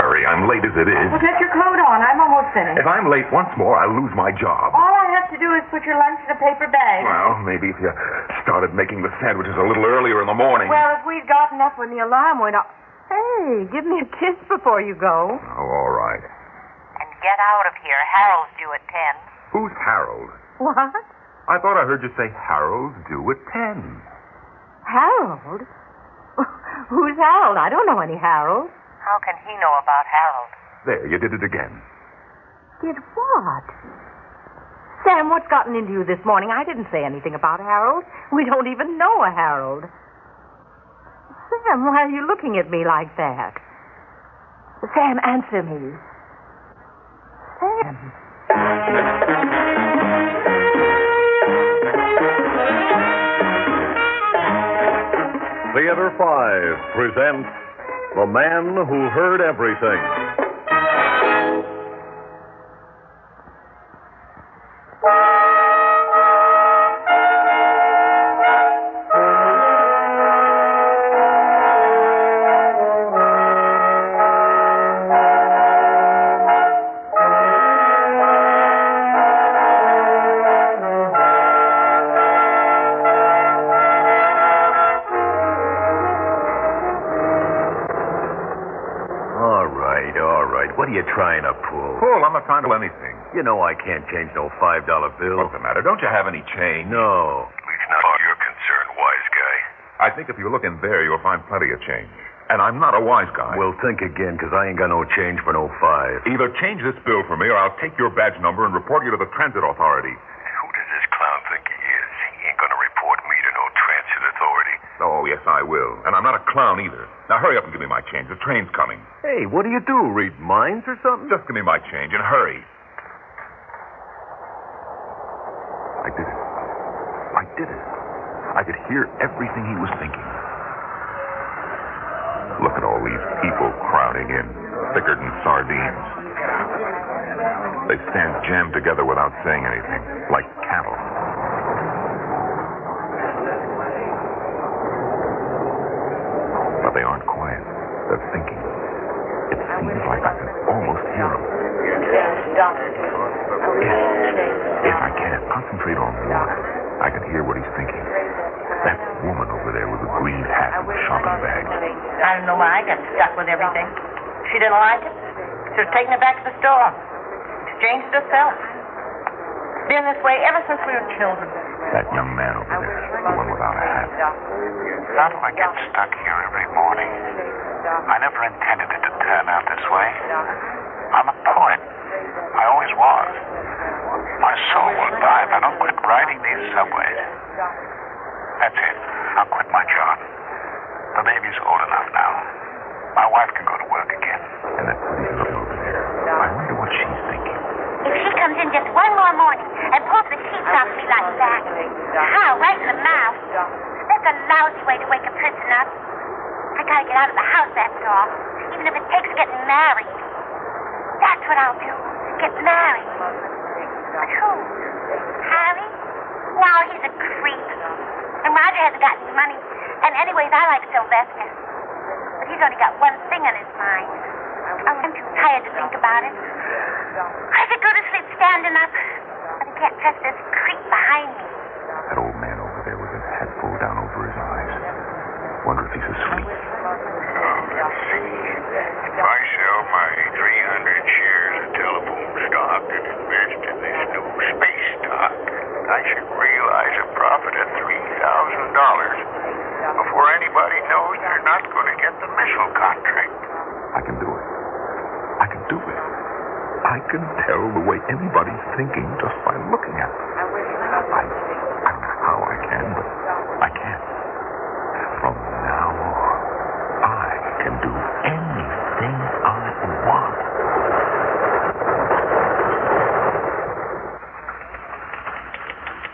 I'm late as it is. Well, get your coat on. I'm almost finished. If I'm late once more, I'll lose my job. All I have to do is put your lunch in a paper bag. Well, maybe if you started making the sandwiches a little earlier in the morning. Well, if we'd gotten up when the alarm went off. Hey, give me a kiss before you go. Oh, all right. And get out of here. Harold's due at 10. Who's Harold? What? I thought I heard you say Harold's due at 10. Harold? Who's Harold? I don't know any Harold. How can he know about Harold? There, you did it again. Did what? Sam, what's gotten into you this morning? I didn't say anything about Harold. We don't even know a Harold. Sam, why are you looking at me like that? Sam, answer me. Sam. Theater 5 presents The Man Who Heard Everything. All right, all right. What are you trying to pull? Paul, I'm not trying to pull anything. You know I can't change no five dollar bill. What's the matter? Don't you have any change? No. At least not your concern, wise guy. I think if you look in there, you'll find plenty of change. And I'm not a wise guy. Well, think again, 'cause I ain't got no change for no five. either change this bill for me, or I'll take your badge number and report you to the transit authority. Who does this clown think he is? He ain't gonna report me to no transit authority. Oh, yes, I will. And I'm not a clown either. Now hurry up and give me my change. The train's coming. Hey, what do you do? Read minds or something? Just give me my change and hurry. I did it. I did it. I could hear everything he was thinking. Look at all these people crowding in, thicker than sardines. They stand jammed together without saying anything, like cattle. But they aren't quiet. They're thinking. It seems like I can almost hear them. If I can't concentrate on one, I can hear what he's thinking. That woman over there with the green hat and the shopping bag. I don't know why I got stuck with everything. She didn't like it. She was taking it back to the store. She changed it herself. Been this way ever since we were children. That young man over there, the one without a hat. How do I get stuck here every morning? I never intended it to turn out this way. I'm a poet. I always was. My soul will die if I don't quit riding these subways. That's it. I'll quit my job. The baby's old enough now. My wife can go to work again. And that pretty girl over there. I wonder what she's thinking. If she comes in just one more morning and pulls the sheets off me like that, how right in the mouth. That's a lousy way to wake a person up. I gotta get out of the house, that's all. Even if it takes getting married. That's what I'll do. Get married. But who? Harry? Wow, he's a creep. And Roger hasn't got any money. And anyways, I like Sylvester. But he's only got one thing on his mind. Oh, I'm too tired to think about it. I could go to sleep standing up, but I can't trust this creep behind me. That old man over there with his hat pulled down over his eyes. Wonder if he's asleep. let's see. If I sell my 300 shares of telephone stock and invest in this new space stock, I should realize a profit of $3,000 before anybody knows they're not going to get the missile contract. I can do it. I can do it. I can tell the way anybody's thinking just by looking at them. I, I don't know how I can, but I can. From now on, I can do anything I want.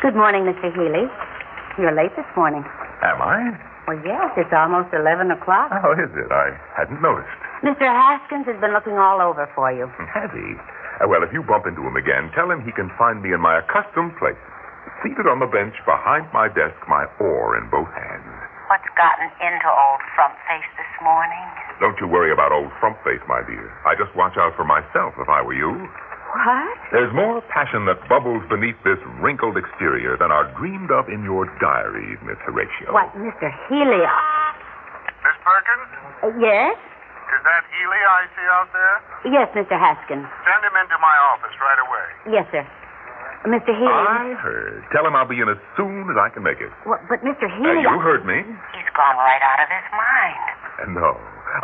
Good morning, Mr. Healy. You're late this morning. Am I? Well, yes, it's almost 11 o'clock. How is it? I hadn't noticed. Mr. Haskins has been looking all over for you. Has he? Uh, well, if you bump into him again, tell him he can find me in my accustomed place, seated on the bench behind my desk, my oar in both hands. what's gotten into old frump face this morning? Don't you worry about old frump face, my dear. I just watch out for myself if I were you. What? There's more passion that bubbles beneath this wrinkled exterior than are dreamed of in your diaries, Miss Horatio. Why, Mr. Healy. Miss Perkins, uh, Yes? is that Healy I see out there? Yes, Mr. Haskins. Send him into my office right away. Yes, sir. Mr. Healy. I heard. Tell him I'll be in as soon as I can make it. Well, but Mr. Uh, Healy. you heard me. He's gone right out of his mind. Uh, No,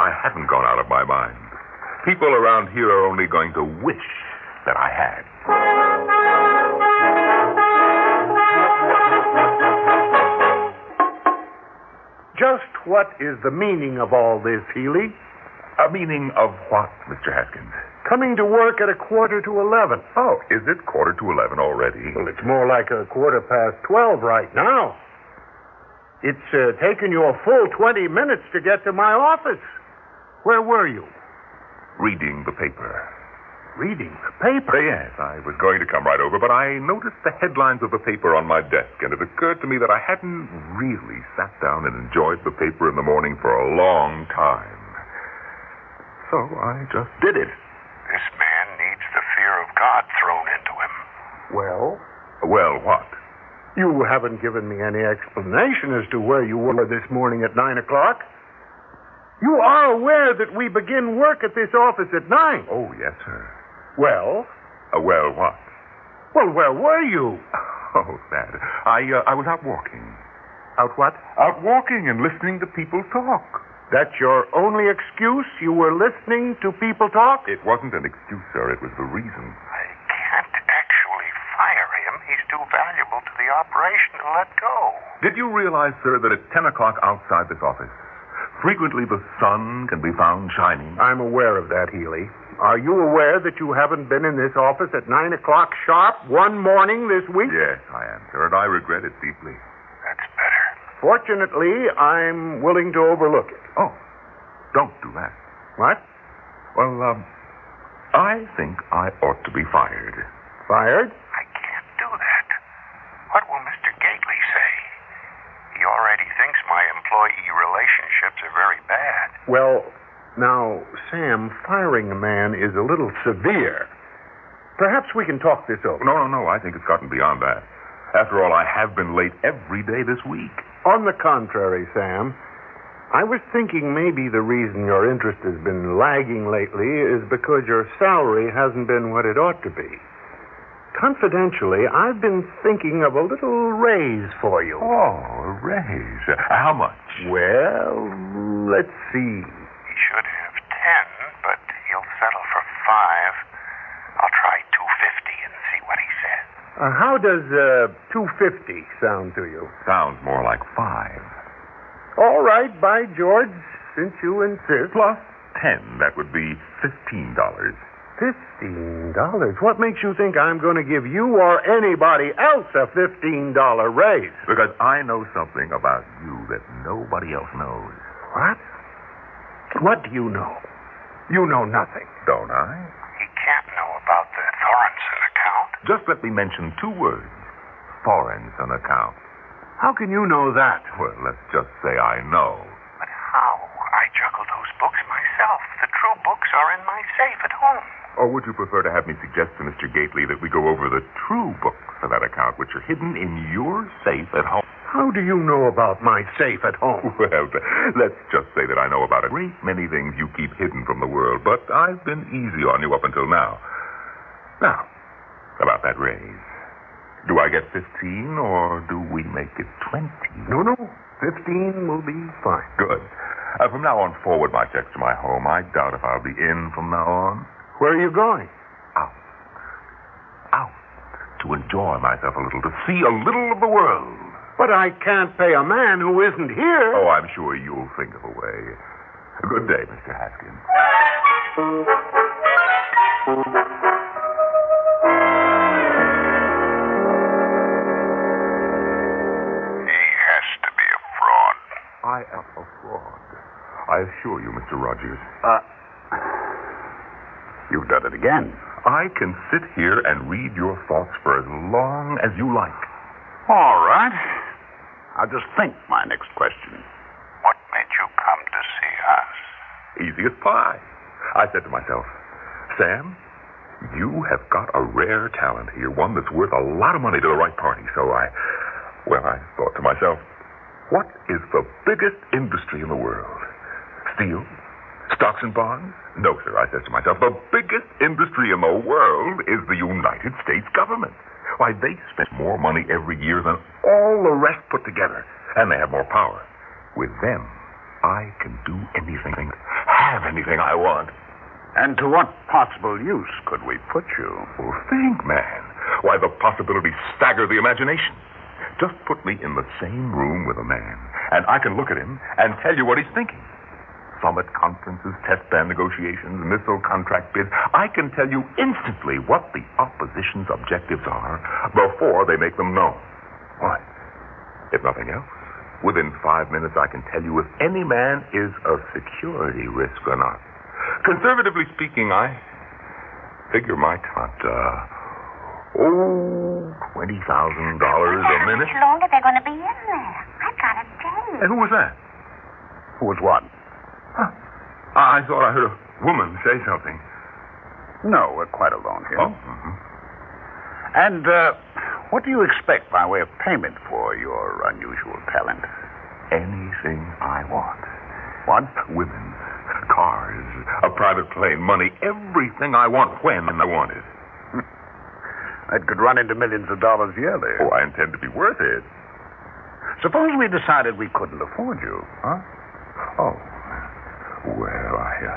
I haven't gone out of my mind. People around here are only going to wish that I had. Just what is the meaning of all this, Healy? A meaning of what, Mr. Haskins? Coming to work at a quarter to eleven. Oh, is it quarter to eleven already? Well, it's more like a quarter past twelve right now. It's uh, taken you a full twenty minutes to get to my office. Where were you? Reading the paper. Reading the paper. Uh, yes, I was going to come right over, but I noticed the headlines of the paper on my desk, and it occurred to me that I hadn't really sat down and enjoyed the paper in the morning for a long time. So I just did it. This man needs the fear of God thrown into him. Well, Well, what? you haven't given me any explanation as to where you were this morning at nine o'clock. You are aware that we begin work at this office at nine. Oh, yes, sir. Well, Uh, well, what? well, where were you? Oh, that. I, uh, I was out walking. Out what? Out walking and listening to people talk. That's your only excuse? You were listening to people talk? It wasn't an excuse, sir. It was the reason. I can't actually fire him. He's too valuable to the operation to let go. Did you realize, sir, that at 10 o'clock outside this office, frequently the sun can be found shining? I'm aware of that, Healy. Are you aware that you haven't been in this office at 9 o'clock sharp one morning this week? Yes, I am, sir, and I regret it deeply. That's better. Fortunately, I'm willing to overlook it. Oh, don't do that. What? Well, um, I think I ought to be fired. Fired? I can't do that. What will Mr. Gately say? He already thinks my employee relationships are very bad. Well, now, Sam, firing a man is a little severe. Perhaps we can talk this over. No, no, no. I think it's gotten beyond that. After all, I have been late every day this week. On the contrary, Sam, I was thinking maybe the reason your interest has been lagging lately is because your salary hasn't been what it ought to be. Confidentially, I've been thinking of a little raise for you. Oh, a raise. How much? Well, let's see. He should have ten, but he'll settle for five. I'll try 250 and see what he says. Uh, how does uh, 250 sound to you? Sounds more like five. All right, by George, since you insist. Plus ten, that would be fifteen dollars. Fifteen dollars. What makes you think I'm going to give you or anybody else a fifteen dollar raise? Because I know something about you that nobody else knows. What? What do you know? You know nothing. Don't I? He can't know about the Thorenson account. Just let me mention two words. Foreign's an account. How can you know that? Well, let's just say I know. But how? I juggle those books myself. The true books are in my safe at home. Or would you prefer to have me suggest to Mr. Gately that we go over the true books for that account, which are hidden in your safe at home? How do you know about my safe at home? Well, let's just say that I know about a great many things you keep hidden from the world, but I've been easy on you up until now. Now, about that raise. Do I get 15 or do we make it 20? No, no. Fifteen will be fine. Good. Uh, from now on forward, my checks to my home. I doubt if I'll be in from now on. Where are you going? Out. Out. To enjoy myself a little, to see a little of the world. But I can't pay a man who isn't here. Oh, I'm sure you'll think of a way. Good day, Mr. Haskins. He has to be a fraud. I am a fraud. I assure you, Mr. Rogers. Uh, you've done it again. I can sit here and read your thoughts for as long as you like. All right. I'll just think my next question. easy as pie. I said to myself, Sam, you have got a rare talent here, one that's worth a lot of money to the right party. So I, well, I thought to myself, what is the biggest industry in the world? Steel? Stocks and bonds? No, sir, I said to myself, the biggest industry in the world is the United States government. Why, they spend more money every year than all the rest put together, and they have more power. With them, I can do anything, have anything I want. And to what possible use could we put you? Well, think, man. Why, the possibilities stagger the imagination. Just put me in the same room with a man, and I can look at him and tell you what he's thinking. Summit conferences, test ban negotiations, missile contract bids. I can tell you instantly what the opposition's objectives are before they make them known. Why? If nothing else, within five minutes I can tell you if any man is a security risk or not. Conservatively speaking, I figure my tot, uh, oh, $20,000 a minute. How much longer they're going to be in there? I gotta tell you. Hey, who was that? Who was what? Huh. I I thought I heard a woman say something. No, we're quite alone here. Oh, mhm. And uh, what do you expect by way of payment for your unusual talent? anything I want. What? Women, cars, a private plane, money, everything I want when I want it. That could run into millions of dollars yearly. Oh, I intend to be worth it. Suppose we decided we couldn't afford you, huh? Oh. Well, I, uh,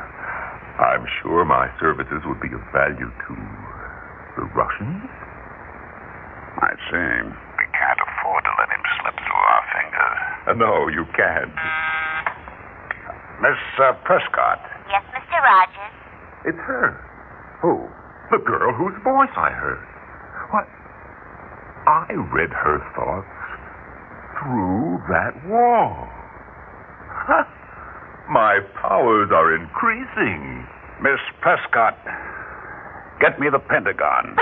I'm sure my services would be of value to the Russians. I see. We can't afford to let him slip through our fingers. Uh, no, you can't. Miss uh, Prescott. Yes, Mr. Rogers. It's her. Who? The girl whose voice I heard. What? I read her thoughts through that wall. Ha! My powers are increasing. Miss Prescott. Get me the Pentagon.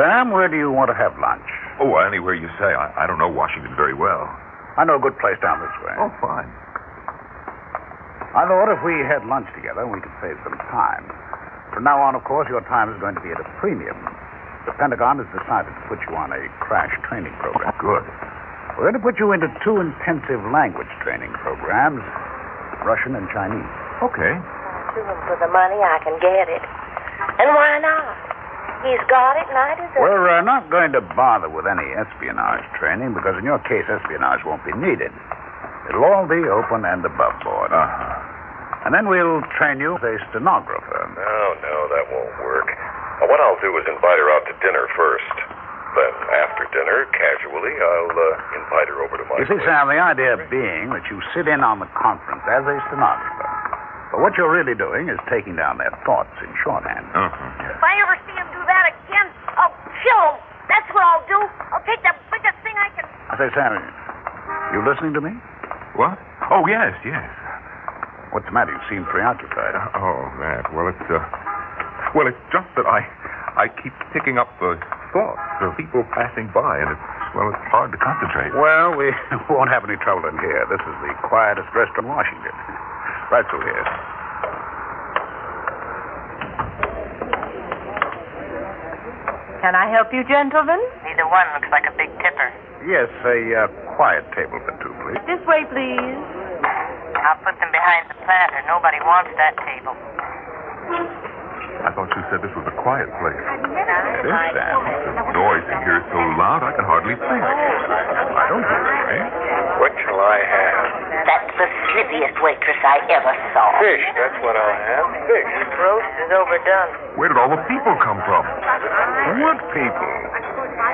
Sam, where do you want to have lunch? Oh, anywhere you say. I, I don't know Washington very well. Oh, I know a good place down this way. fine. I thought if we had lunch together, we could save some time. From now on, of course, your time is going to be at a premium. The Pentagon has decided to put you on a crash training program. Good. We're going to put you into two intensive language training programs Russian and Chinese. Okay. To him for the money, I can get it. And why not? He's got it, and I deserve We're uh, not going to bother with any espionage training because, in your case, espionage won't be needed. It'll all be open and above board. Uh-huh. And then we'll train you as a stenographer. No, no, that won't work. Uh, What I'll do is invite her out to dinner first. Then, after dinner, casually, I'll uh, invite her over to my You see, place. Sam, the idea being that you sit in on the conference as a stenographer. But what you're really doing is taking down their thoughts in shorthand. Uh-huh. If I ever see him do that again, I'll kill him. That's what I'll do. I'll take the biggest thing I can. I say, Sam, you listening to me? What? Oh, yes, yes. What's the matter? You seem preoccupied. Oh, that. Well, it's, uh... Well, it's just that I... I keep picking up the thoughts of people passing by, and it's... Well, it's hard to concentrate. Well, we won't have any trouble in here. This is the quietest restaurant in Washington. Right through here. Can I help you, gentlemen? Neither one looks like a big tipper. Yes, a uh, quiet table for two, please. This way, please. I'll put them behind the platter. Nobody wants that table. I thought you said this was a quiet place. Nice. Yes, Sam. The noise in here is so loud I can hardly think. I don't hear it, eh? What shall I have? That's the slippiest waitress I ever saw. Fish, that's what I'll have. Fish. Roast is overdone. Where did all the people come from? What people?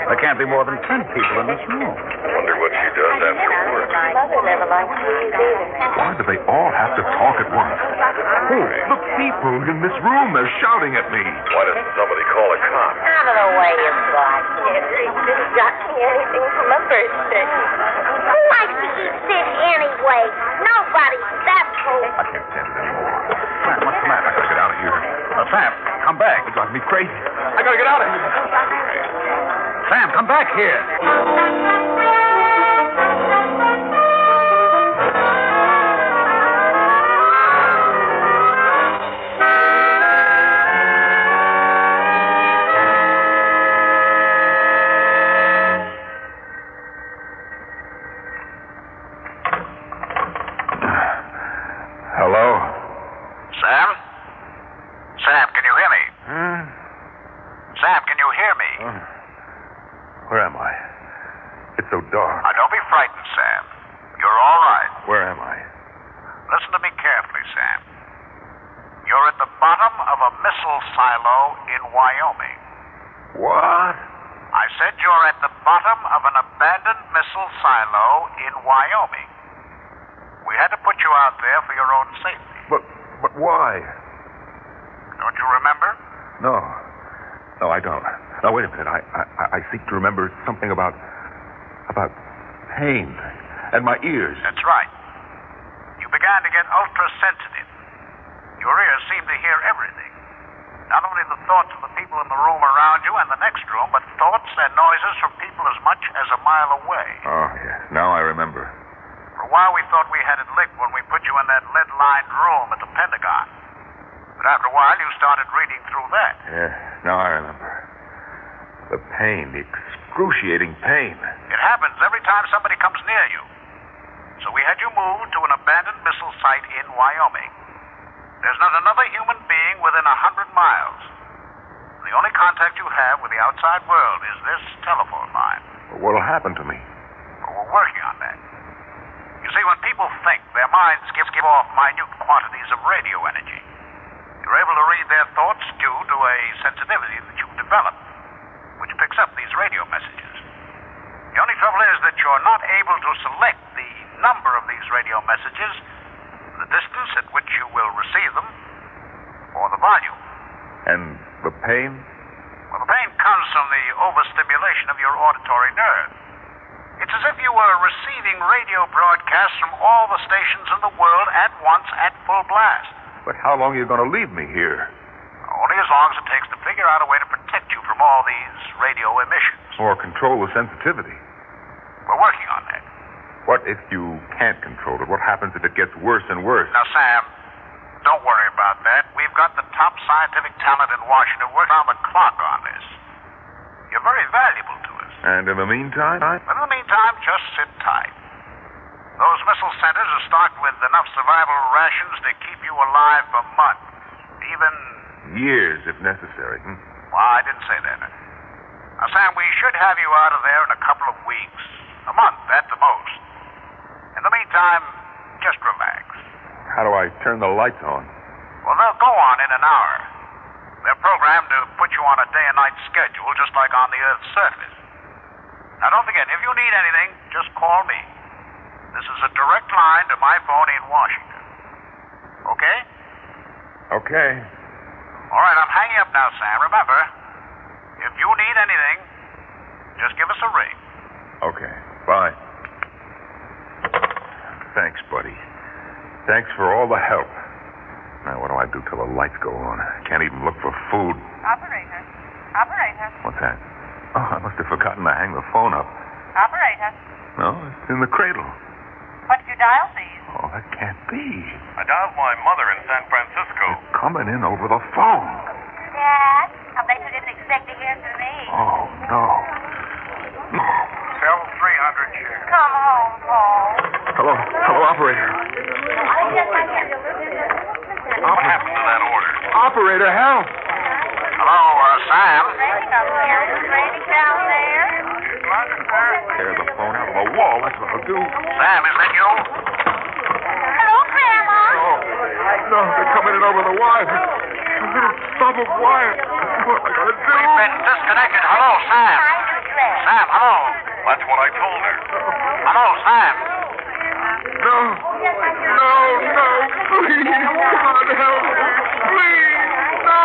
There can't be more than ten people in this room. Wonder what she does after work. Why do they all have to talk at once? Oh, the people in this room, they're shouting at me. Why doesn't somebody call a cop? Out of the way, you guys. This got me anything from a person. Who likes to eat fish anyway? Nobody's that fool. I can't stand it anymore. Sam, what's the matter? I gotta get out of here. Uh, Sam, come back. It drives me crazy. I gotta get out of here. Sam, come back here. Hello? Sam? Sam, can you hear me? Huh? Sam, can you hear me? Hmm? Oh. Where am I? It's so dark. Now, Ah, don't be frightened, Sam. You're all right. Where am I? Listen to me carefully, Sam. You're at the bottom of a missile silo in Wyoming. What? I said you're at the bottom of an abandoned missile silo in Wyoming. We had to put you out there for your own safety. But, but why? Don't you remember? No. No, I don't. Now, wait a minute. I, I, I seek to remember something about. about pain and my ears. That's right. You began to get ultra sensitive. Your ears seemed to hear everything. Not only the thoughts of the people in the room around you and the next room, but thoughts and noises from people as much as a mile away. Oh, yes. Now I remember. For a while, we thought we had it licked when we put you in that lead lined room at the Pentagon. But after a while, you started reading through that. Yeah, now I remember. The pain, the excruciating pain. It happens every time somebody comes near you. So we had you moved to an abandoned missile site in Wyoming. There's not another human being within a hundred miles. The only contact you have with the outside world is this telephone line. What'll happen to me? But we're working on that. You see, when people think, their minds give, give off minute quantities of radio energy. You're able to read their thoughts due to a sensitivity that you've developed, which picks up these radio messages. The only trouble is that you're not able to select the number of these radio messages, the distance at which you will receive them, or the volume. And the pain? Well, the pain comes from the overstimulation of your auditory nerve. It's as if you were receiving radio broadcasts from all the stations in the world at once at full blast. But how long are you going to leave me here? Only as long as it takes to figure out a way to protect you from all these radio emissions. Or control the sensitivity? We're working on that. What if you can't control it? What happens if it gets worse and worse? Now, Sam, don't worry about that. We've got the top scientific talent in Washington working on the clock on this. You're very valuable to us. And in the meantime, I... But in the meantime, just sit tight. Those missile centers are stocked with enough survival rations to keep you alive for months. Even. years if necessary. Hmm. Well, I didn't say that. Now, Sam, we should have you out of there in a couple of weeks. A month at the most. In the meantime, just relax. How do I turn the lights on? Well, they'll go on in an hour. They're programmed to put you on a day and night schedule, just like on the Earth's surface. Now, don't forget, if you need anything, just call me. This is a direct line to my phone in Washington. Okay? Okay. All right, I'm hanging up now, Sam. Remember, if you need anything, just give us a ring. Okay. Bye. Thanks, buddy. Thanks for all the help. Now, what do I do till the lights go on? I can't even look for food. Operator. Operator. What's that? Oh, I must have forgotten to hang the phone up. Operator. No, it's in the cradle. What did you dial, please? Oh, that can't be. Oh, I dialed my mother in San Francisco. Coming in over the phone. Dad, I bet you didn't expect to hear from me. Oh, no. No. Sell 300 shares. Come home, Paul. Hello. Hello, operator. What happened to that order? Operator, help! Hello, uh, Sam. Raining up here. It's raining down there. Tear the phone out of the wall. That's what I'll do. Sam, is that you? Hello, Grandma. Oh, no, they're coming in over the wire. A little stub of wire. What am I going to do? We've been disconnected. Hello, Sam. My new dress. That's what I told her. Hello, Sam. No. No, no. Please, God help. Please, no.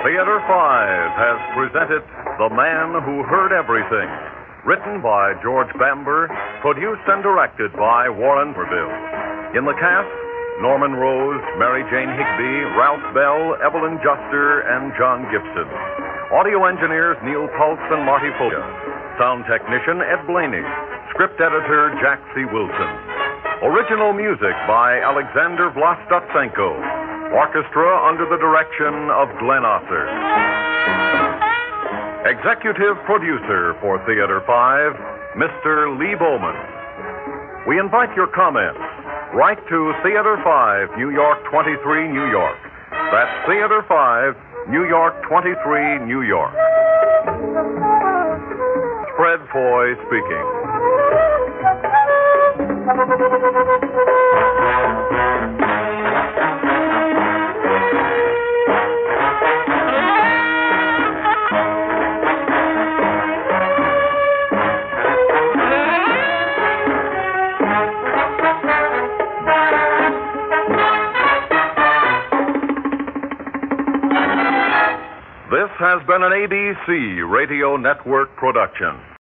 Theater 5 has presented The Man Who Heard Everything, written by George Bamber, produced and directed by Warren Verville. In the cast, Norman Rose, Mary Jane Higby, Ralph Bell, Evelyn Juster, and John Gibson. Audio engineers Neil Pultz and Marty Fulga. Sound technician Ed Blaney. Script editor Jack C. Wilson. Original music by Alexander Vlastotsenko. Orchestra under the direction of Glenn Osser. Executive producer for Theater 5, Mr. Lee Bowman. We invite your comments. Write to Theater 5, New York 23, New York. That's Theater 5, New York 23, New York. Fred Foy speaking. This has been an ABC Radio Network production.